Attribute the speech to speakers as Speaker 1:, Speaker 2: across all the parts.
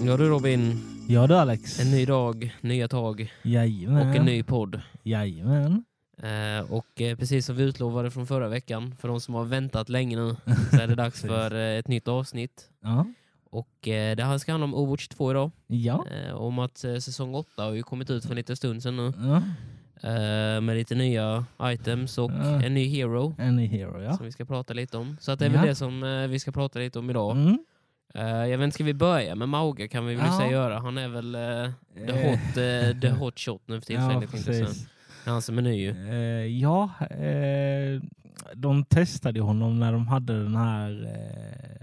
Speaker 1: Ja du Robin,
Speaker 2: Ja du Alex.
Speaker 1: en ny dag, nya tag och
Speaker 2: Jajamän.
Speaker 1: en ny podd.
Speaker 2: Jajamän.
Speaker 1: Eh, och eh, precis som vi utlovade från förra veckan, för de som har väntat länge nu, så är det dags
Speaker 2: Precis.
Speaker 1: för eh, ett nytt avsnitt.
Speaker 2: Ja.
Speaker 1: Och eh, det här ska handla om Overwatch 2 idag.
Speaker 2: Ja.
Speaker 1: Eh, om att eh, säsong 8 har ju kommit ut för en liten stund sedan nu.
Speaker 2: ja.
Speaker 1: Eh, med lite nya items och
Speaker 2: Ja.
Speaker 1: en ny hero.
Speaker 2: En hero ja.
Speaker 1: Som vi ska prata lite om. Så att det är väl
Speaker 2: Ja.
Speaker 1: det som eh, vi ska prata lite om idag.
Speaker 2: Mm.
Speaker 1: Eh, jag vet inte, ska vi börja med Mauga kan vi väl
Speaker 2: Ja.
Speaker 1: säga göra. Han är väl eh, the,
Speaker 2: Eh.
Speaker 1: hot, eh, the hot shot nu för
Speaker 2: Ja,
Speaker 1: tillfället. tänkte jag säga.
Speaker 2: precis.
Speaker 1: det är han som är ny ju.
Speaker 2: Eh, ja, eh, de testade ju honom när de hade den här... Eh,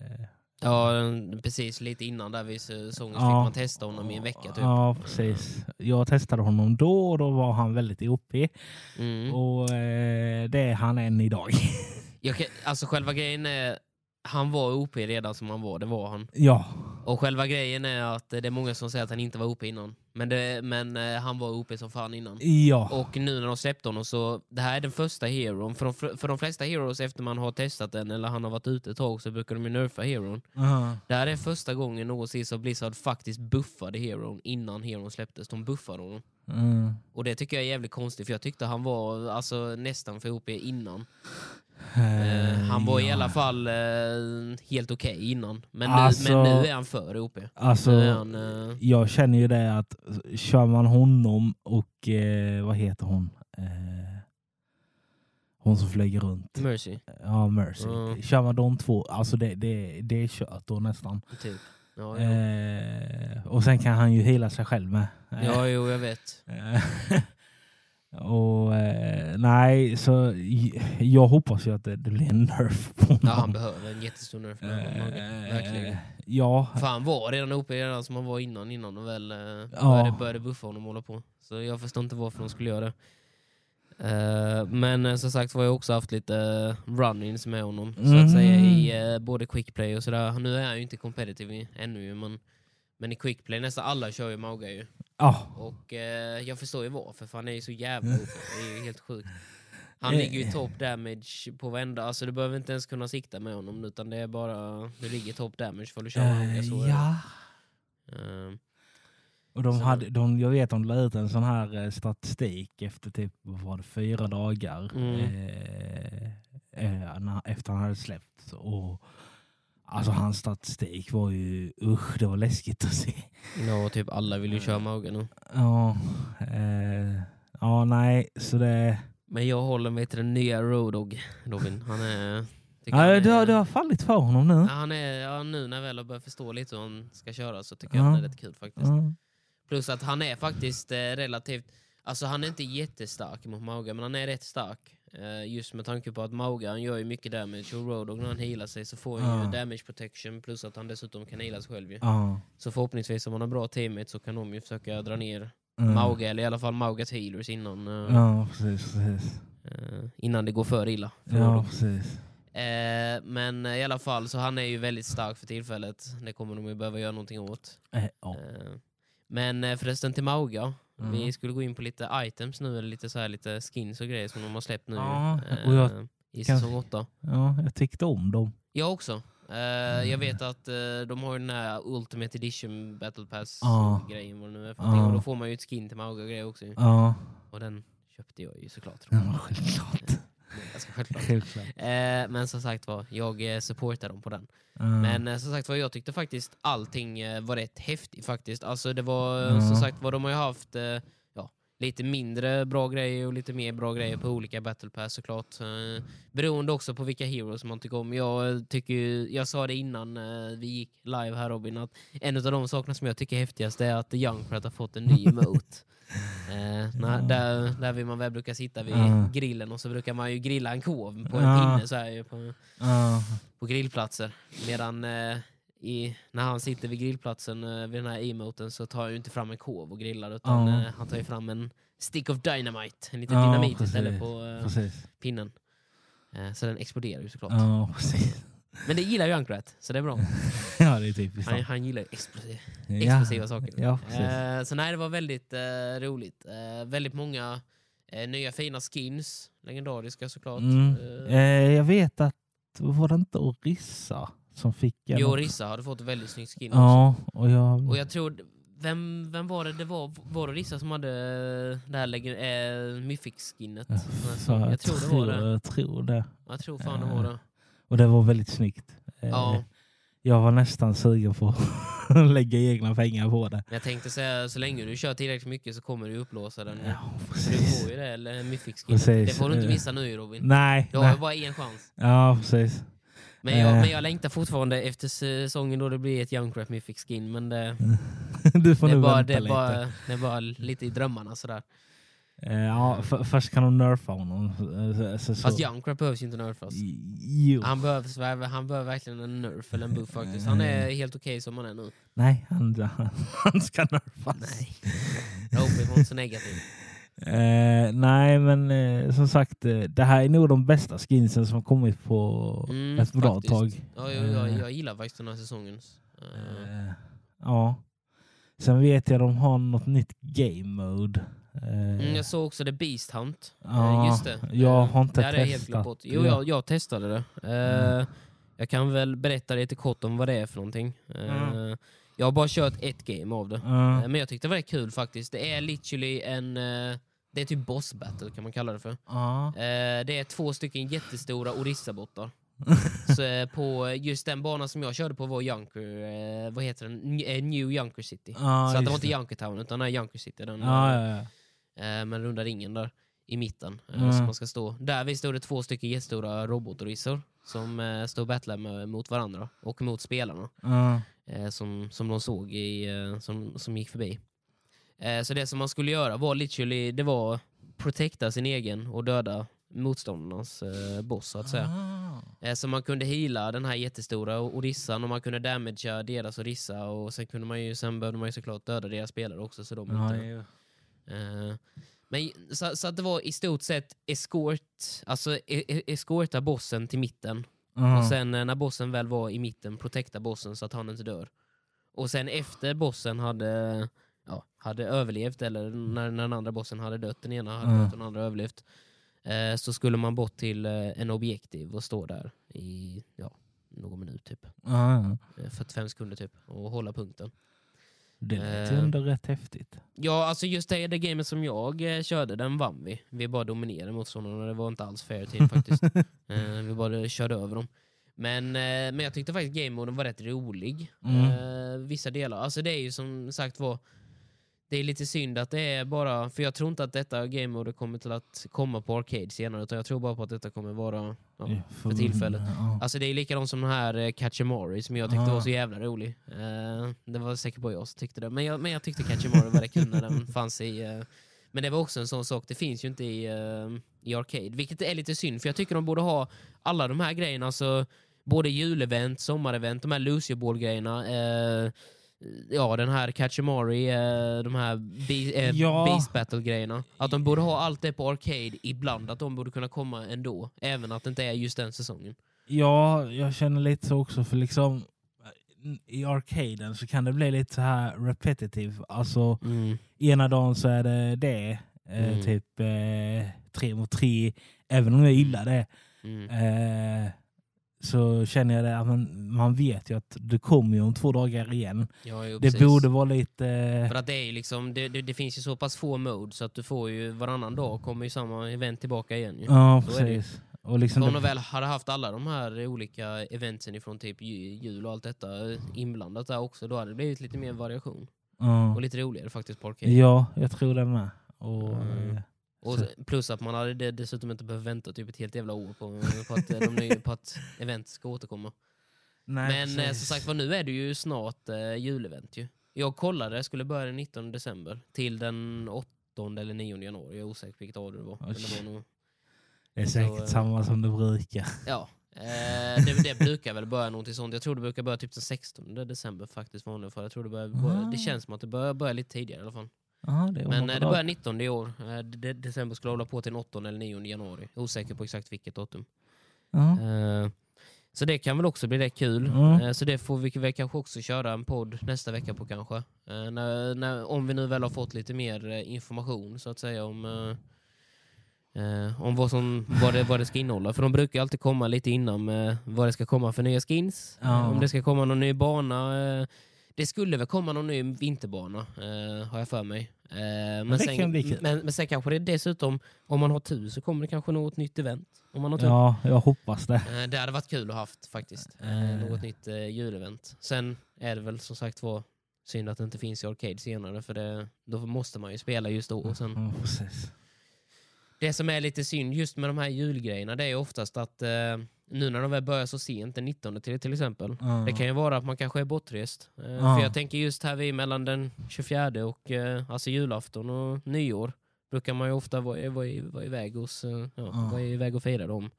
Speaker 1: Ja, eh, precis. Lite innan där vid säsongen så
Speaker 2: Ja.
Speaker 1: fick man testa honom i en vecka typ.
Speaker 2: Ja, precis. Jag testade honom då och då var han väldigt OP.
Speaker 1: Mm.
Speaker 2: Och eh, det är han än idag.
Speaker 1: Jag kan, alltså själva grejen är, han var OP redan som han var, det var han.
Speaker 2: ja.
Speaker 1: Och själva grejen är att eh, det är många som säger att han inte var OP innan. Men, det, men eh, han var OP som fan innan.
Speaker 2: Ja.
Speaker 1: Och nu när de släppte honom så, det här är den första heron. För de, fl- för de flesta heroes efter man har testat den eller han har varit ute ett tag så brukar de ju nerfa heron.
Speaker 2: Ja.
Speaker 1: Det här är första gången någonsin som Blizzard faktiskt buffade heron innan heron släpptes. De buffade honom.
Speaker 2: Mm.
Speaker 1: Och det tycker jag är jävligt konstigt för jag tyckte han var alltså, nästan för OP innan. Eh,
Speaker 2: Eh,
Speaker 1: han var i
Speaker 2: ja.
Speaker 1: alla fall eh, helt okej innan. Men,
Speaker 2: Alltså-
Speaker 1: nu, men nu är han för OP.
Speaker 2: Alltså,
Speaker 1: Nu är han, eh,
Speaker 2: jag känner ju det att kör man honom och eh, vad heter hon? Eh, hon som flyger runt.
Speaker 1: Mercy,
Speaker 2: Ja, Mercy.
Speaker 1: Mm.
Speaker 2: Kör man de två, alltså det, det, det är kört då nästan.
Speaker 1: typ. Ja, jo.
Speaker 2: Eh, och sen kan han ju hela sig själv med. Eh,
Speaker 1: ja, jo, jag vet.
Speaker 2: Eh, och eh, nej, så j- jag hoppas ju att det, det blir en nerf på honom.
Speaker 1: Ja, han behöver en jättestor nerf.
Speaker 2: Eh,
Speaker 1: Verkligen.
Speaker 2: ja,
Speaker 1: För han var redan OP redan som han var innan, innan de väl eh, började, började buffa honom och hålla på. Så jag förstår inte varför de skulle göra det. Eh, men eh, som sagt har jag också haft lite eh, run-ins med honom, så
Speaker 2: Mm.
Speaker 1: att säga, i eh, både quickplay och sådär. Nu är han ju inte competitive i- ännu, ju, men, men i quickplay nästan alla kör ju Mauga ju.
Speaker 2: ja.
Speaker 1: Och eh, jag förstår ju varför, för han är ju så jävla OP. Det är ju helt sjukt. Han
Speaker 2: Eh.
Speaker 1: ligger ju top damage på varenda, alltså du behöver inte ens kunna sikta med honom utan det är bara, du ligger top damage för du kör Mauga. Så är
Speaker 2: Eh,
Speaker 1: det.
Speaker 2: ja.
Speaker 1: Ehm,
Speaker 2: Och de
Speaker 1: Så-
Speaker 2: hade, de, jag vet att de la ut en sån här eh, statistik efter typ vad var det, fyra dagar
Speaker 1: Mm.
Speaker 2: eh, eh, när, efter han hade släppt. Och, alltså hans statistik var ju, usch det var läskigt att se.
Speaker 1: Ja, typ alla vill ju köra Mauga nu.
Speaker 2: Ja, eh, ja nej så det...
Speaker 1: Men jag håller mig till den nya Roadhog, Robin. Han är... tycker han
Speaker 2: Ja,
Speaker 1: är-
Speaker 2: du, har- du har fallit för honom
Speaker 1: Ja,
Speaker 2: nu.
Speaker 1: han är, ja, nu när jag väl har börjat förstå lite hur han ska köra så tycker
Speaker 2: Ja.
Speaker 1: jag han är rätt kul faktiskt.
Speaker 2: Ja.
Speaker 1: Plus att han är faktiskt eh, relativt... Alltså han är inte jättestark mot Mauga, men han är rätt stark. Eh, just med tanke på att Mauga han gör ju mycket damage och Roadhog när han healar sig så får han
Speaker 2: Ja.
Speaker 1: ju damage protection plus att han dessutom kan heala sig själv ju.
Speaker 2: Ja.
Speaker 1: Så förhoppningsvis om han har bra teammate så kan de ju försöka dra ner
Speaker 2: Mm.
Speaker 1: Mauga, eller i alla fall Maugas healers innan... eh,
Speaker 2: Ja, precis. precis.
Speaker 1: Eh, innan det går för illa. För
Speaker 2: Ja,
Speaker 1: honom.
Speaker 2: precis.
Speaker 1: Eh, men eh, i alla fall, så han är ju väldigt stark för tillfället. Det kommer de ju behöva göra någonting åt.
Speaker 2: Eh, ja.
Speaker 1: Eh, men eh, förresten till Mauga.
Speaker 2: Mm.
Speaker 1: Vi skulle gå in på lite items nu, eller lite, så här, lite skins och grejer som de har släppt nu
Speaker 2: Ja,
Speaker 1: eh,
Speaker 2: och jag
Speaker 1: i
Speaker 2: kan-
Speaker 1: säsong 8.
Speaker 2: ja, jag tyckte om dem.
Speaker 1: Jag också. Eh, Jag vet
Speaker 2: Mm.
Speaker 1: att eh, de har ju den här Ultimate Edition Battle
Speaker 2: Ja.
Speaker 1: Pass-grejen, vad det nu är för
Speaker 2: Ja.
Speaker 1: någonting. Och då får man ju ett skin till Mauga och grejer också. ju.
Speaker 2: Ja,
Speaker 1: Och den köpte jag ju såklart.
Speaker 2: ja självklart.
Speaker 1: Det är Ganska självklart.
Speaker 2: självklart.
Speaker 1: Eh, men som sagt var, jag eh, supportar dem på den.
Speaker 2: Ja.
Speaker 1: Men eh, som sagt var, jag tyckte faktiskt allting eh, var rätt häftigt faktiskt. Alltså det var eh,
Speaker 2: Ja.
Speaker 1: som sagt var, de har ju haft eh, ja, lite mindre bra grejer och lite mer bra grejer på olika battle pass såklart. Eh, beroende också på vilka heroes man tycker om. Jag, eh, tycker ju, jag sa det innan eh, vi gick live här Robin, att en av de sakerna som jag tycker är häftigast är att Youngcrat har fått en ny emote. Eh, när, där, där vill man väl brukar sitta vid
Speaker 2: Ja.
Speaker 1: grillen och så brukar man ju grilla en kov på en
Speaker 2: Ja.
Speaker 1: pinne så här ju på,
Speaker 2: Ja.
Speaker 1: på grillplatser. Medan eh, i, när han sitter vid grillplatsen eh, vid den här emoten så tar han ju inte fram en kov och grillar utan
Speaker 2: Ja.
Speaker 1: eh, han tar ju fram en stick of dynamite, en liten
Speaker 2: Ja,
Speaker 1: dynamit
Speaker 2: precis.
Speaker 1: istället på eh,
Speaker 2: Precis.
Speaker 1: pinnen. Eh, så den exploderar ju såklart.
Speaker 2: Ja, precis.
Speaker 1: Men det gillar ju Ankrat, så det är bra.
Speaker 2: Ja, det är typiskt.
Speaker 1: Han,
Speaker 2: sant.
Speaker 1: han gillar ju explosiv,
Speaker 2: Ja.
Speaker 1: explosiva saker.
Speaker 2: Ja, precis.
Speaker 1: Eh, så nej, det var väldigt eh, roligt. Eh, väldigt många eh, nya fina skins, legendariska såklart.
Speaker 2: Mm.
Speaker 1: Eh,
Speaker 2: Eh, jag vet att, var det inte Orissa som fick en.
Speaker 1: Jo, Rissa hade fått väldigt snygg skin också.
Speaker 2: Ja, och jag...
Speaker 1: Och jag tror, vem, vem var det det var? Var det Rissa som hade det här lege- eh, Myfix-skinnet?
Speaker 2: Ja,
Speaker 1: som jag
Speaker 2: så
Speaker 1: sa? Jag tror det var det.
Speaker 2: Jag tror det.
Speaker 1: Jag tror fan det var det.
Speaker 2: Och det var väldigt snyggt. Eh,
Speaker 1: Ja,
Speaker 2: Jag var nästan sugen på att lägga egna pengar på det.
Speaker 1: men jag tänkte säga så länge du kör tillräckligt mycket så kommer du upplåsa den.
Speaker 2: Ja,
Speaker 1: För Du
Speaker 2: precis.
Speaker 1: får ju det, eller Myfix-skinnet.
Speaker 2: Precis.
Speaker 1: Det får du inte
Speaker 2: Eh,
Speaker 1: missa nu Robin.
Speaker 2: Nej,
Speaker 1: Du har
Speaker 2: nej.
Speaker 1: ju bara en chans.
Speaker 2: Ja, precis.
Speaker 1: Men jag,
Speaker 2: Eh.
Speaker 1: men jag längtar fortfarande efter säsongen då det blir ett Youngcraft Myfix-skin. Men det,
Speaker 2: Du får
Speaker 1: det, är
Speaker 2: nu
Speaker 1: bara,
Speaker 2: vänta
Speaker 1: det, är
Speaker 2: lite.
Speaker 1: bara, det är bara lite i drömmarna sådär.
Speaker 2: Eh, ja, f- först kan de nerfa honom. eh, Så, så.
Speaker 1: Fast Youngcraft behövs ju inte nerfas.
Speaker 2: Jo.
Speaker 1: Han behöver, sväva, han behöver verkligen en nerf eller en buff faktiskt.
Speaker 2: Mm.
Speaker 1: Han är helt okej som han är nu.
Speaker 2: Nej, han, han, han ska nerfas.
Speaker 1: Nej. Robin var inte så negativ.
Speaker 2: Eh, nej, men eh, som sagt, eh, det här är nog de bästa skinsen som har kommit på
Speaker 1: Mm,
Speaker 2: ett bra
Speaker 1: faktiskt.
Speaker 2: tag.
Speaker 1: Ja, jag, jag,
Speaker 2: Eh.
Speaker 1: jag gillar faktiskt den här säsongen. Eh,
Speaker 2: Eh, ja. Sen vet jag de har något nytt game mode. Eh,
Speaker 1: Mm, jag såg också The Beast Hunt. Eh,
Speaker 2: ja,
Speaker 1: Just det.
Speaker 2: Jag
Speaker 1: Eh,
Speaker 2: har inte
Speaker 1: det hade jag helt glömt
Speaker 2: testat. Mm.
Speaker 1: bort. Jo, jag, jag testade det. Eh, Jag kan väl berätta lite kort om vad det är för någonting. Eh, Jag har bara kört ett game av det.
Speaker 2: Ja.
Speaker 1: Eh, Men jag tyckte det var rätt kul faktiskt. Det är literally en... eh, Det är typ boss battle kan man kalla det för.
Speaker 2: Ja.
Speaker 1: Eh, Det är två stycken jättestora orissabottar. Så eh, på just den banan som jag körde på var Junker, eh, vad heter den? N- eh, New Junker City.
Speaker 2: Ja,
Speaker 1: så att det
Speaker 2: Ah, just
Speaker 1: var inte
Speaker 2: det. Ah,
Speaker 1: Junker Town utan det är Junker City, den
Speaker 2: Ja,
Speaker 1: eh,
Speaker 2: ja, ja.
Speaker 1: eh, med runda ringen där i mitten eh,
Speaker 2: Mm.
Speaker 1: som man ska stå. Där vi stod det två stycken jättestora robotorissor som eh, stod och battlade med, mot varandra och mot spelarna
Speaker 2: Ja.
Speaker 1: eh, som, som de såg i, eh, som, som gick förbi. Eh, så det som man skulle göra var literally, det var protekta sin egen och döda motståndarnas eh, boss så att säga.
Speaker 2: Ah.
Speaker 1: Eh, Så man kunde heala den här jättestora o- orissan och man kunde damagea deras orissa och sen, kunde man ju, sen behövde man ju såklart döda deras spelare också. Så de
Speaker 2: Ja,
Speaker 1: inte,
Speaker 2: ju.
Speaker 1: eh, men så, så att det var i stort sett escort, alltså e- e- escorta bossen till mitten
Speaker 2: Ja.
Speaker 1: och sen eh, när bossen väl var i mitten protekta bossen så att han inte dör. Och sen efter bossen hade, ja, hade överlevt, eller när, när den andra bossen hade dött, den ena hade
Speaker 2: Mm.
Speaker 1: dött och den andra överlevt, eh, så skulle man bort till eh, en objektiv och stå där i ja, någon minut, typ.
Speaker 2: Ja, ja.
Speaker 1: Eh, 45 sekunder typ, och hålla punkten.
Speaker 2: Det lät ju
Speaker 1: Eh.
Speaker 2: ändå rätt häftigt.
Speaker 1: Ja, alltså just det, det gamet som jag eh, körde, den vann vi. Vi bara dominerade motståndarna, det var inte alls fair till faktiskt. eh, vi bara körde över dem. Men, eh, men jag tyckte faktiskt gamemoden var rätt rolig.
Speaker 2: Mm.
Speaker 1: Eh, vissa delar. Alltså det är ju som sagt var, det är lite synd att det är bara, för jag tror inte att detta gamemodet kommer till att komma på Arcade senare, utan jag tror bara på att detta kommer vara ja, för tillfället.
Speaker 2: Ja.
Speaker 1: Alltså det är likadant som den här eh, Catchamari som jag tyckte
Speaker 2: Ah.
Speaker 1: var så jävla rolig. Eh, det var säkert bara jag som tyckte det. Men jag, men jag tyckte Catchamari var rätt kul när den fanns i... eh, men det var också en sån sak, det finns ju inte i, eh, i Arcade. Vilket är lite synd, för jag tycker de borde ha alla de här grejerna. Alltså, både julevent, sommarevent, de här Lucio Ball-grejerna. eh, ja, den här Catchamari, uh, de här be- eh,
Speaker 2: Ja.
Speaker 1: Beast Battle-grejerna. Att de borde ha allt det på Arcade ibland. Att de borde kunna komma ändå. Även att det inte är just den säsongen.
Speaker 2: Ja, jag känner lite så också för liksom i arcaden så kan det bli lite så här repetitive. Alltså ena dagen så är det det, eh,
Speaker 1: Mm.
Speaker 2: typ eh, tre mot tre. Även om jag gillar det
Speaker 1: Mm.
Speaker 2: eh, så känner jag det att man, man vet ju att du kommer ju om två dagar igen.
Speaker 1: Ja, jo,
Speaker 2: Det
Speaker 1: precis.
Speaker 2: borde vara lite... eh,
Speaker 1: För att det, är ju liksom, det, det, det finns ju så pass få mode så att du får ju varannan dag kommer ju samma event tillbaka igen. Ju.
Speaker 2: Ja,
Speaker 1: så är det ju.
Speaker 2: precis. Och liksom
Speaker 1: Om
Speaker 2: det-
Speaker 1: de väl hade haft alla de här olika eventen ifrån typ ju- jul och allt detta eh, inblandat där också, då hade det blivit lite mer variation.
Speaker 2: ja.
Speaker 1: Och lite roligare faktiskt på arcade.
Speaker 2: ja, jag tror det med. Och,
Speaker 1: Mm.
Speaker 2: eh,
Speaker 1: Och
Speaker 2: så-
Speaker 1: plus att man hade det- dessutom inte behövt vänta typ ett helt jävla år på, på, att, eh, de nya, på att event ska återkomma.
Speaker 2: nej,
Speaker 1: Men eh, som
Speaker 2: precis.
Speaker 1: sagt var, nu är det ju snart eh, julevent ju. Jag kollade, skulle börja den 19 december till den 8 eller 9 januari. Jag är osäker på vilket år det var. Men det
Speaker 2: Oj.
Speaker 1: var nog,
Speaker 2: Det är
Speaker 1: så,
Speaker 2: säkert
Speaker 1: eh,
Speaker 2: samma som det brukar.
Speaker 1: ja. Eh, det, det brukar väl börja någonting sånt. Jag tror det brukar börja typ den 16 december faktiskt. Vanligen, för jag tror det, börjar, börja- det
Speaker 2: Ah.
Speaker 1: känns som att det börjar, börjar lite tidigare i alla fall.
Speaker 2: Ja, det är om
Speaker 1: Men
Speaker 2: några
Speaker 1: eh, det
Speaker 2: dagar.
Speaker 1: börjar 19 i år. Eh, de- de- december skulle hålla på till den 8 eller 9 januari. Osäker på exakt vilket datum.
Speaker 2: Ja.
Speaker 1: Eh, Så det kan väl också bli rätt kul.
Speaker 2: Mm.
Speaker 1: Eh, Så det får vi väl kanske också köra en podd nästa vecka på kanske. Eh, När, när, om vi nu väl har fått lite mer eh, information så att säga om, eh, Eh, om vad, som, vad, det, vad det ska innehålla. För de brukar ju alltid komma lite innan med vad det ska komma för nya skins.
Speaker 2: Ja.
Speaker 1: Eh, Om det ska komma någon ny bana. Eh, det skulle väl komma någon ny vinterbana, eh, har jag för mig. Eh, men,
Speaker 3: det
Speaker 1: sen,
Speaker 3: kan bli kul.
Speaker 1: men, men sen kanske det dessutom, om man har tur så kommer det kanske något nytt event. Om man har tur.
Speaker 2: Ja, jag hoppas det.
Speaker 1: Eh, Det hade varit kul att haft faktiskt.
Speaker 2: Eh.
Speaker 1: Eh, Något nytt eh, julevent. Sen är det väl som sagt var synd att det inte finns i Arcade senare för det, då måste man ju spela just då. Och sen,
Speaker 2: Ja, precis.
Speaker 1: det som är lite synd just med de här julgrejerna det är ju oftast att eh, nu när de väl börjar så sent, den 19 till, till exempel.
Speaker 2: Ja.
Speaker 1: Det kan ju vara att man kanske är bortrest. Eh,
Speaker 2: Ja.
Speaker 1: För jag tänker just här vid mellan den 24 och eh, alltså julafton och nyår brukar man ju ofta vara, eh, vara, i- vara iväg hos, eh, ja,
Speaker 2: Ja.
Speaker 1: vara iväg och fira dem.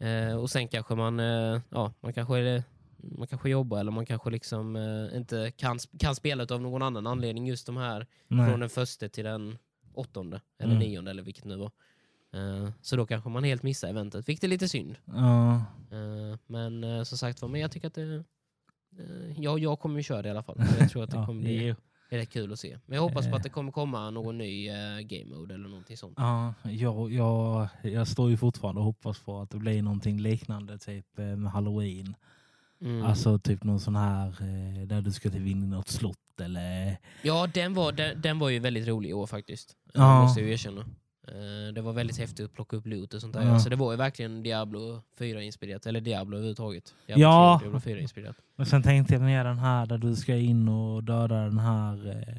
Speaker 1: Eh, och sen kanske man, eh, ja, man kanske är, man kanske jobbar eller man kanske liksom eh, inte kan, sp- kan spela av någon annan anledning just de här från
Speaker 2: Nej.
Speaker 1: den första till den åttonde eller
Speaker 2: Mm.
Speaker 1: nionde eller vilket nu var. Eh, så då kanske man helt missar eventet, vilket är lite synd.
Speaker 2: Ja.
Speaker 1: Eh, Men eh, som sagt var, men jag tycker att det... eh, Ja, jag kommer ju köra det i alla fall. Så Jag tror att det
Speaker 2: Ja,
Speaker 1: kommer bli
Speaker 2: ja.
Speaker 1: rätt kul att se. Men jag hoppas på
Speaker 2: Eh.
Speaker 1: att det kommer komma någon ny eh, game mode eller någonting sånt.
Speaker 2: Ja, jag, jag, jag står ju fortfarande och hoppas på att det blir någonting liknande typ eh, med halloween.
Speaker 1: Mm.
Speaker 2: Alltså typ någon sån här eh, där du ska typ in i något slott eller...
Speaker 1: Ja, den var, den, den var ju väldigt rolig i år faktiskt.
Speaker 2: Ja.
Speaker 1: Det måste jag ju erkänna. Eh, Det var väldigt häftigt att plocka upp loot och sånt där.
Speaker 2: Ja.
Speaker 1: Så det var ju verkligen Diablo 4-inspirerat. Eller Diablo överhuvudtaget. Diablo
Speaker 2: Ja.
Speaker 1: 3, Diablo 4-inspirerat.
Speaker 2: Men sen tänkte jag mer den här där du ska in och döda den här... Eh,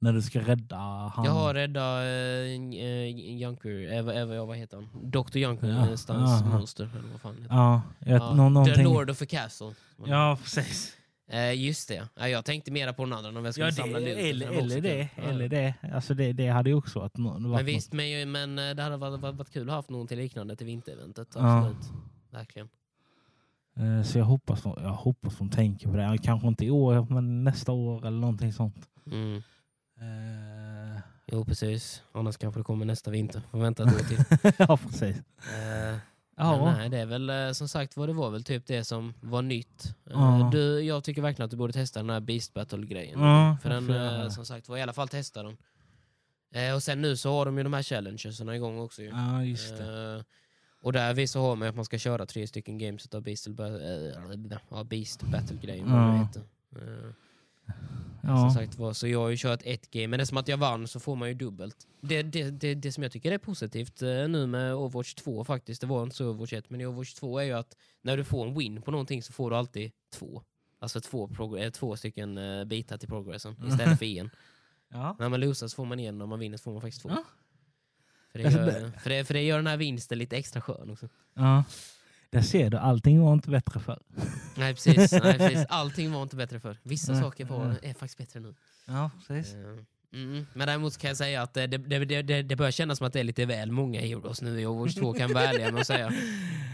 Speaker 2: när du ska rädda han...
Speaker 1: Jag har rädda eh, eh, Junker, eh, vad- eh, vad- vad heter han? Dr Junker,
Speaker 2: Ja.
Speaker 1: ja. Stans
Speaker 2: Ja.
Speaker 1: monster. Eller vad fan heter.
Speaker 2: Ja, jag,
Speaker 1: Ja,
Speaker 2: nå-
Speaker 1: The
Speaker 2: någonting...
Speaker 1: Lord of the Castle.
Speaker 2: Ja, precis.
Speaker 1: Eh, just det. Ja, jag tänkte mera på den andra, om jag skulle
Speaker 2: Ja,
Speaker 1: samla
Speaker 2: det,
Speaker 1: loot.
Speaker 2: eller,
Speaker 1: Den var också
Speaker 2: eller det.
Speaker 1: kul. typ- Ja.
Speaker 2: Eller det. Alltså det, det hade ju också varit... nå- varit
Speaker 1: Men visst, men, ju- men eh, det hade varit, varit, varit kul att ha haft någonting liknande till vintereventet.
Speaker 2: Ja.
Speaker 1: Absolut. Verkligen.
Speaker 2: Eh, Så jag hoppas, de, jag hoppas de tänker på det. Kanske inte i år, men nästa år eller någonting sånt.
Speaker 1: Mm.
Speaker 2: Eh,
Speaker 1: Jo, precis. Annars kanske det kommer nästa vinter. Får vänta ett år till.
Speaker 2: ja, precis.
Speaker 1: Eh,
Speaker 2: Ja,
Speaker 1: Men nej, det är väl eh, som sagt vad det var väl typ det som var nytt. Eh,
Speaker 2: Ja.
Speaker 1: Du, jag tycker verkligen att du borde testa den här Beast Battle-grejen.
Speaker 2: Ja,
Speaker 1: För
Speaker 2: jag
Speaker 1: den,
Speaker 2: får göra
Speaker 1: eh,
Speaker 2: det.
Speaker 1: som sagt var, i alla fall testa den. Eh, Och sen nu så har de ju de här challengesarna igång också ju.
Speaker 2: ja just det.
Speaker 1: Eh, och där visar har man att man ska köra tre stycken games utav Beast, äh, ja, Beast Battle-grejen. vad det
Speaker 2: Ja.
Speaker 1: heter. Eh, Som
Speaker 2: Ja.
Speaker 1: sagt var, så jag har ju kört ett game, men det är som att jag vann så får man ju dubbelt. Det, det, det, det som jag tycker är positivt eh, nu med Overwatch 2 faktiskt, det var inte så i Overwatch 1, men i Overwatch 2 är ju att när du får en win på någonting så får du alltid två. Alltså två, prog- eh, två stycken eh, bitar till progressen
Speaker 2: Mm.
Speaker 1: istället för en.
Speaker 2: Ja.
Speaker 1: När man losar så får man en, och när man vinner så får man faktiskt två.
Speaker 2: Ja.
Speaker 1: För, det
Speaker 2: Alltså,
Speaker 1: gör,
Speaker 2: det-
Speaker 1: för, det, för det gör den här vinsten lite extra skön också.
Speaker 2: ja. Där ser du, allting var inte bättre förr.
Speaker 1: Nej precis, nej, precis. allting var inte bättre för. Vissa
Speaker 2: Nej,
Speaker 1: saker var, är faktiskt bättre nu.
Speaker 2: Ja, precis.
Speaker 1: Eh, Mm, men däremot så kan jag säga att eh, det, det, det, det, det börjar kännas som att det är lite väl många heroes nu i Overwatch 2 kan jag vara ärlig med att säga.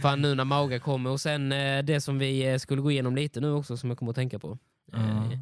Speaker 1: Fan nu när Mauga kommer och sen eh, det som vi eh, skulle gå igenom lite nu också som jag kommer att tänka på. Eh,
Speaker 2: Ja.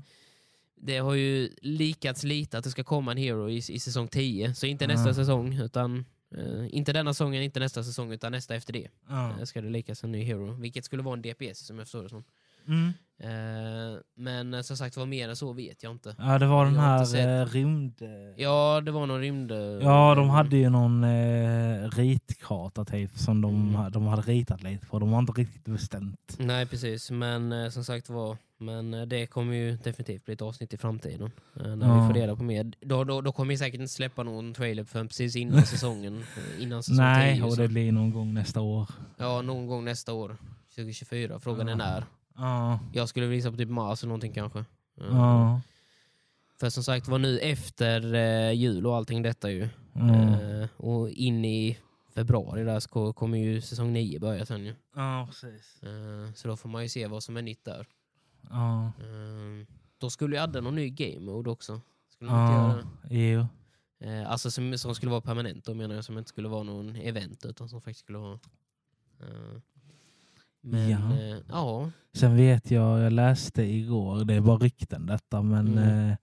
Speaker 1: Det har ju likats lite att det ska komma en hero i, i säsong 10, så inte
Speaker 2: Ja.
Speaker 1: nästa säsong utan eh, inte denna säsongen, inte nästa säsong utan nästa efter det.
Speaker 2: Ja.
Speaker 1: Eh, ska det likas en ny hero, vilket skulle vara en DPS som jag förstår det som.
Speaker 2: Mm.
Speaker 1: Eh, men eh, som sagt vad mer än så vet jag inte.
Speaker 2: ja, det var den
Speaker 1: Jag har inte
Speaker 2: här
Speaker 1: sett.
Speaker 2: eh, rymd...
Speaker 1: Ja, det var någon rymd...
Speaker 2: Ja, de hade ju någon eh, ritkarta typ som de,
Speaker 1: Mm.
Speaker 2: de hade ritat lite på. De har inte riktigt bestämt.
Speaker 1: Nej, precis. Men eh, som sagt var, men eh, det kommer ju definitivt bli ett avsnitt i framtiden. Eh, när vi
Speaker 2: Ja.
Speaker 1: får reda på mer. Då, då, då kommer vi säkert inte släppa någon trailer förrän precis innan säsongen. eh, Innan säsong
Speaker 2: Nej,
Speaker 1: 10,
Speaker 2: och
Speaker 1: så.
Speaker 2: det blir någon gång nästa år.
Speaker 1: Ja, någon gång nästa år. 2024. Frågan är
Speaker 2: Ja.
Speaker 1: när.
Speaker 2: Ja.
Speaker 1: Jag skulle visa på typ mars eller någonting kanske. Eh,
Speaker 2: Ja.
Speaker 1: För som sagt var nu efter eh, jul och allting detta ju.
Speaker 2: Ja.
Speaker 1: Eh, och in i februari där så ko- kommer ju säsong 9 börja sen ju.
Speaker 2: Ja, precis.
Speaker 1: Eh, Så då får man ju se vad som är nytt där.
Speaker 2: Ja.
Speaker 1: Eh, Då skulle jag adda någon ny game mode också. Skulle man inte
Speaker 2: Ja.
Speaker 1: göra
Speaker 2: Jo.
Speaker 1: det? Eh, Alltså som, som skulle vara permanent då menar jag, som inte skulle vara någon event utan som faktiskt skulle vara... eh, Men
Speaker 2: Ja.
Speaker 1: ja, ja
Speaker 2: Sen vet jag, jag läste igår, det är bara rykten detta, men
Speaker 1: Mm.
Speaker 2: eh,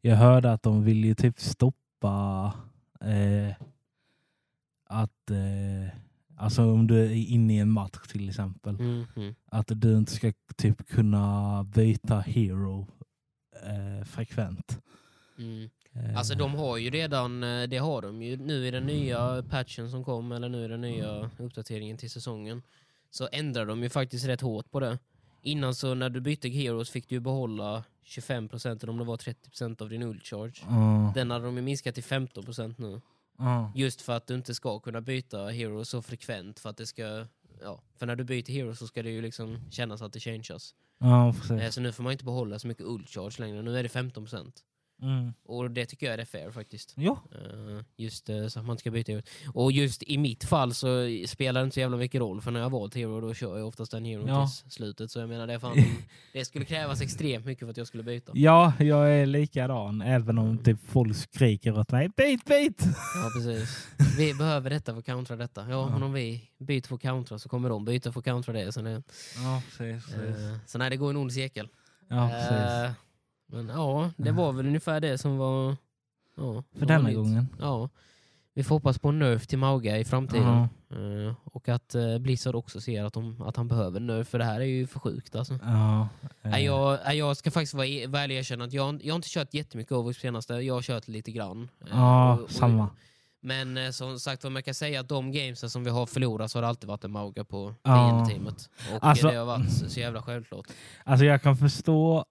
Speaker 2: jag hörde att de vill ju typ stoppa eh, att, eh, alltså om du är inne i en match till exempel,
Speaker 1: mm, mm.
Speaker 2: att du inte ska typ kunna byta hero eh, frekvent.
Speaker 1: Mm.
Speaker 2: Eh,
Speaker 1: Alltså de har ju redan, eh, det har de ju nu i den nya patchen som kom, eller nu i den nya uppdateringen till säsongen, så ändrar de ju faktiskt rätt hårt på det. Innan så när du bytte Heroes fick du ju behålla 25% eller om det var 30% av din ult charge.
Speaker 2: Eh, ja,
Speaker 1: Den hade de ju minskat till 15% nu.
Speaker 2: ja.
Speaker 1: Just för att du inte ska kunna byta Heroes så frekvent för att det ska, ja, för när du byter Heroes så ska det ju liksom kännas att det changes.
Speaker 2: Ja, precis.
Speaker 1: Eh, Så nu får man inte behålla så mycket ult charge längre, nu är det 15%.
Speaker 2: Mm.
Speaker 1: Och det tycker jag är fair faktiskt.
Speaker 2: Ja,
Speaker 1: Eh, Just eh, så att man inte ska byta ut. Och just i mitt fall så spelar det inte så jävla mycket roll för när jag valt hero då kör jag oftast en hero
Speaker 2: Ja.
Speaker 1: tills slutet. Så jag menar det, är fan, det skulle krävas extremt mycket för att jag skulle byta.
Speaker 2: ja, jag är likadan. Även om typ folk skriker åt mig. Bit, bit!
Speaker 1: Ja precis. Vi behöver detta för att countera detta. Ja, men om vi byter för att countera så kommer de byta för att countera det. Så, det,
Speaker 2: Ja, precis. precis.
Speaker 1: eh, så nej, det går en ond cirkel.
Speaker 2: Ja, precis.
Speaker 1: Eh, men ja, det var väl ungefär det som var... Ja,
Speaker 2: För
Speaker 1: som var
Speaker 2: denna
Speaker 1: nytt.
Speaker 2: gången.
Speaker 1: Ja. Vi får hoppas på en nerf till Mauga i framtiden.
Speaker 2: Ja.
Speaker 1: Eh, och att uh, Blizzard också ser att, de, att han behöver en nerf, för det här är ju för sjukt alltså.
Speaker 2: Ja. eh,
Speaker 1: Nej, jag, nej, jag ska faktiskt vara e- väl erkänna att jag, har inte- jag har inte kört jättemycket Overwatch senaste, jag har kört lite grann. Eh,
Speaker 2: ja,
Speaker 1: och- och-
Speaker 2: samma.
Speaker 1: Men eh, som sagt, vad man kan säga att de gamesen som vi har förlorat så har det alltid varit en Mauga på
Speaker 2: Ja.
Speaker 1: fiendeteamet. Och eh,
Speaker 2: Alltså-
Speaker 1: det har varit så så jävla självklart.
Speaker 2: Alltså jag kan förstå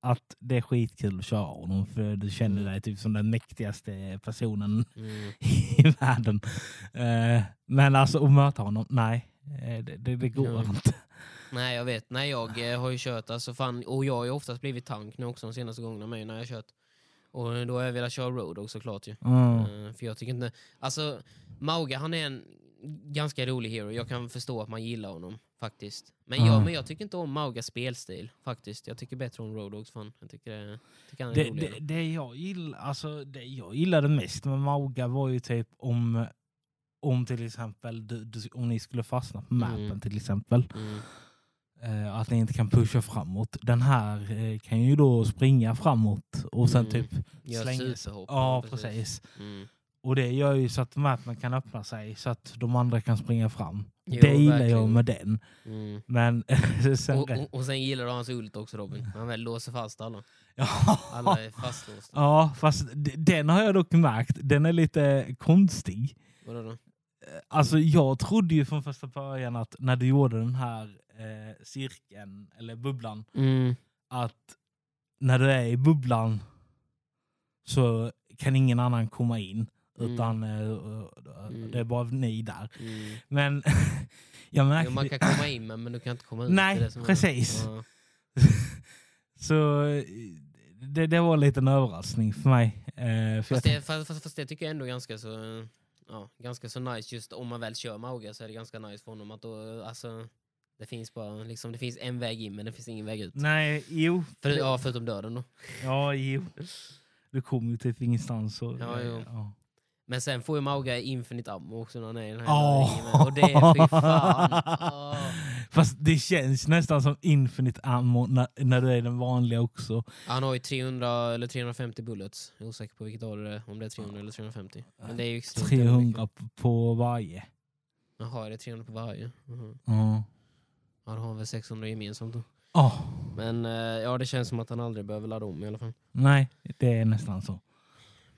Speaker 2: att det är skitkul att köra honom för du känner dig typ som den mäktigaste personen
Speaker 1: Mm.
Speaker 2: i världen. Eh, men alltså att möta honom, nej. Eh, det, det, det går
Speaker 1: Ja.
Speaker 2: inte.
Speaker 1: Nej jag vet, nej jag eh, har ju kört alltså fan, och jag har ju oftast blivit tank nu också de senaste gångerna med när jag har kört. Och eh, då har jag velat köra road också såklart ju.
Speaker 2: Mm.
Speaker 1: Eh, För jag tycker inte... Alltså, Mauga han är en ganska rolig hero. Jag kan förstå att man gillar honom faktiskt. Men, jag,
Speaker 2: Ja.
Speaker 1: men jag tycker inte om Maugas spelstil faktiskt. Jag tycker bättre om Roadhogs fan. Jag tycker, det- tycker han är
Speaker 2: Det,
Speaker 1: roligare.
Speaker 2: det, det, jag gill, alltså, det jag gillade mest med Mauga var ju typ om, om till exempel du, du, om ni skulle fastna på mappen
Speaker 1: Mm.
Speaker 2: till exempel.
Speaker 1: Mm.
Speaker 2: Eh, att ni inte kan pusha framåt. Den här eh, kan ju då springa framåt och sen
Speaker 1: Mm.
Speaker 2: typ...
Speaker 1: Gör
Speaker 2: slänger-
Speaker 1: superhopp.
Speaker 2: Ja, precis.
Speaker 1: Mm.
Speaker 2: Och det gör ju så att mappen kan öppna sig så att de andra kan springa fram.
Speaker 1: Jo,
Speaker 2: det gillar jag
Speaker 1: verkligen.
Speaker 2: med den.
Speaker 1: Mm.
Speaker 2: Men sen...
Speaker 1: Och, och, och sen gillar du hans ult också Robin. Han väl låser fast alla. Alla
Speaker 2: ja.
Speaker 1: är fastlåsta.
Speaker 2: ja, fast d- den har jag dock märkt. Den är lite konstig.
Speaker 1: Vadå då?
Speaker 2: Alltså jag trodde ju från första början att när du gjorde den här eh, cirkeln, eller bubblan,
Speaker 1: Mm.
Speaker 2: att när du är i bubblan så kan ingen annan komma in.
Speaker 1: Mm.
Speaker 2: Utan eh,
Speaker 1: Mm.
Speaker 2: det är bara ni där.
Speaker 1: Mm.
Speaker 2: Men jag
Speaker 1: Jo,
Speaker 2: märkte...
Speaker 1: man kan komma in men men du kan inte komma ut.
Speaker 2: Nej,
Speaker 1: Det är det som är-
Speaker 2: precis.
Speaker 1: Ja.
Speaker 2: så eh, det, det var en liten överraskning för mig. Eh, för jag
Speaker 1: Fast det, fast, fast, fast det tycker jag ändå är ganska så, eh, ja, ganska så nice, just om man väl kör Mauga så är det ganska nice för honom att då, eh, alltså, det finns bara liksom, det finns en väg in men det finns ingen väg ut.
Speaker 2: Nej, jo.
Speaker 1: För, ja, förutom döden då.
Speaker 2: Ja, jo. Du kommer ju typ ingenstans. Och,
Speaker 1: Ja, jo.
Speaker 2: Ja.
Speaker 1: Men sen får ju Mauga infinite ammo också när han är i den här
Speaker 2: Ja.
Speaker 1: ringen. Och det, fy fan. Ja.
Speaker 2: Fast det känns nästan som infinite ammo när, när du är den vanliga också.
Speaker 1: Han har ju 300 eller 350 bullets. Jag är osäker på vilket av det är, om det är 300 eller 350. Men det är ju extremt jävla mycket.
Speaker 2: 300 p- på varje.
Speaker 1: Jaha, är det 300 på varje? Mhm.
Speaker 2: Ja.
Speaker 1: Ja, då har han väl 600 gemensamt då.
Speaker 2: Åh,
Speaker 1: Men eh, ja, det känns som att han aldrig behöver ladda om i alla fall.
Speaker 2: nej, det är nästan så.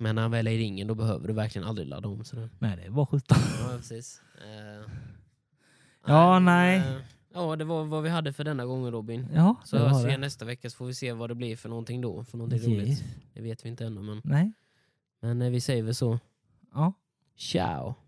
Speaker 1: Men när han väl är i ringen då behöver du verkligen aldrig ladda om. Sådär.
Speaker 2: Nej, det är bara skjuta.
Speaker 1: Ja, precis. Eh,
Speaker 2: Ja,
Speaker 1: men,
Speaker 2: nej.
Speaker 1: eh, ja, det var vad vi hade för denna gången Robin.
Speaker 2: Ja,
Speaker 1: Så
Speaker 2: det
Speaker 1: hörs
Speaker 2: var
Speaker 1: vi igen
Speaker 2: det.
Speaker 1: nästa vecka så får vi se vad det blir för någonting då. För någonting roligt.
Speaker 2: Yes.
Speaker 1: Det vet vi inte ännu men,
Speaker 2: Nej,
Speaker 1: men eh, vi säger väl så.
Speaker 2: ja.
Speaker 1: Ciao!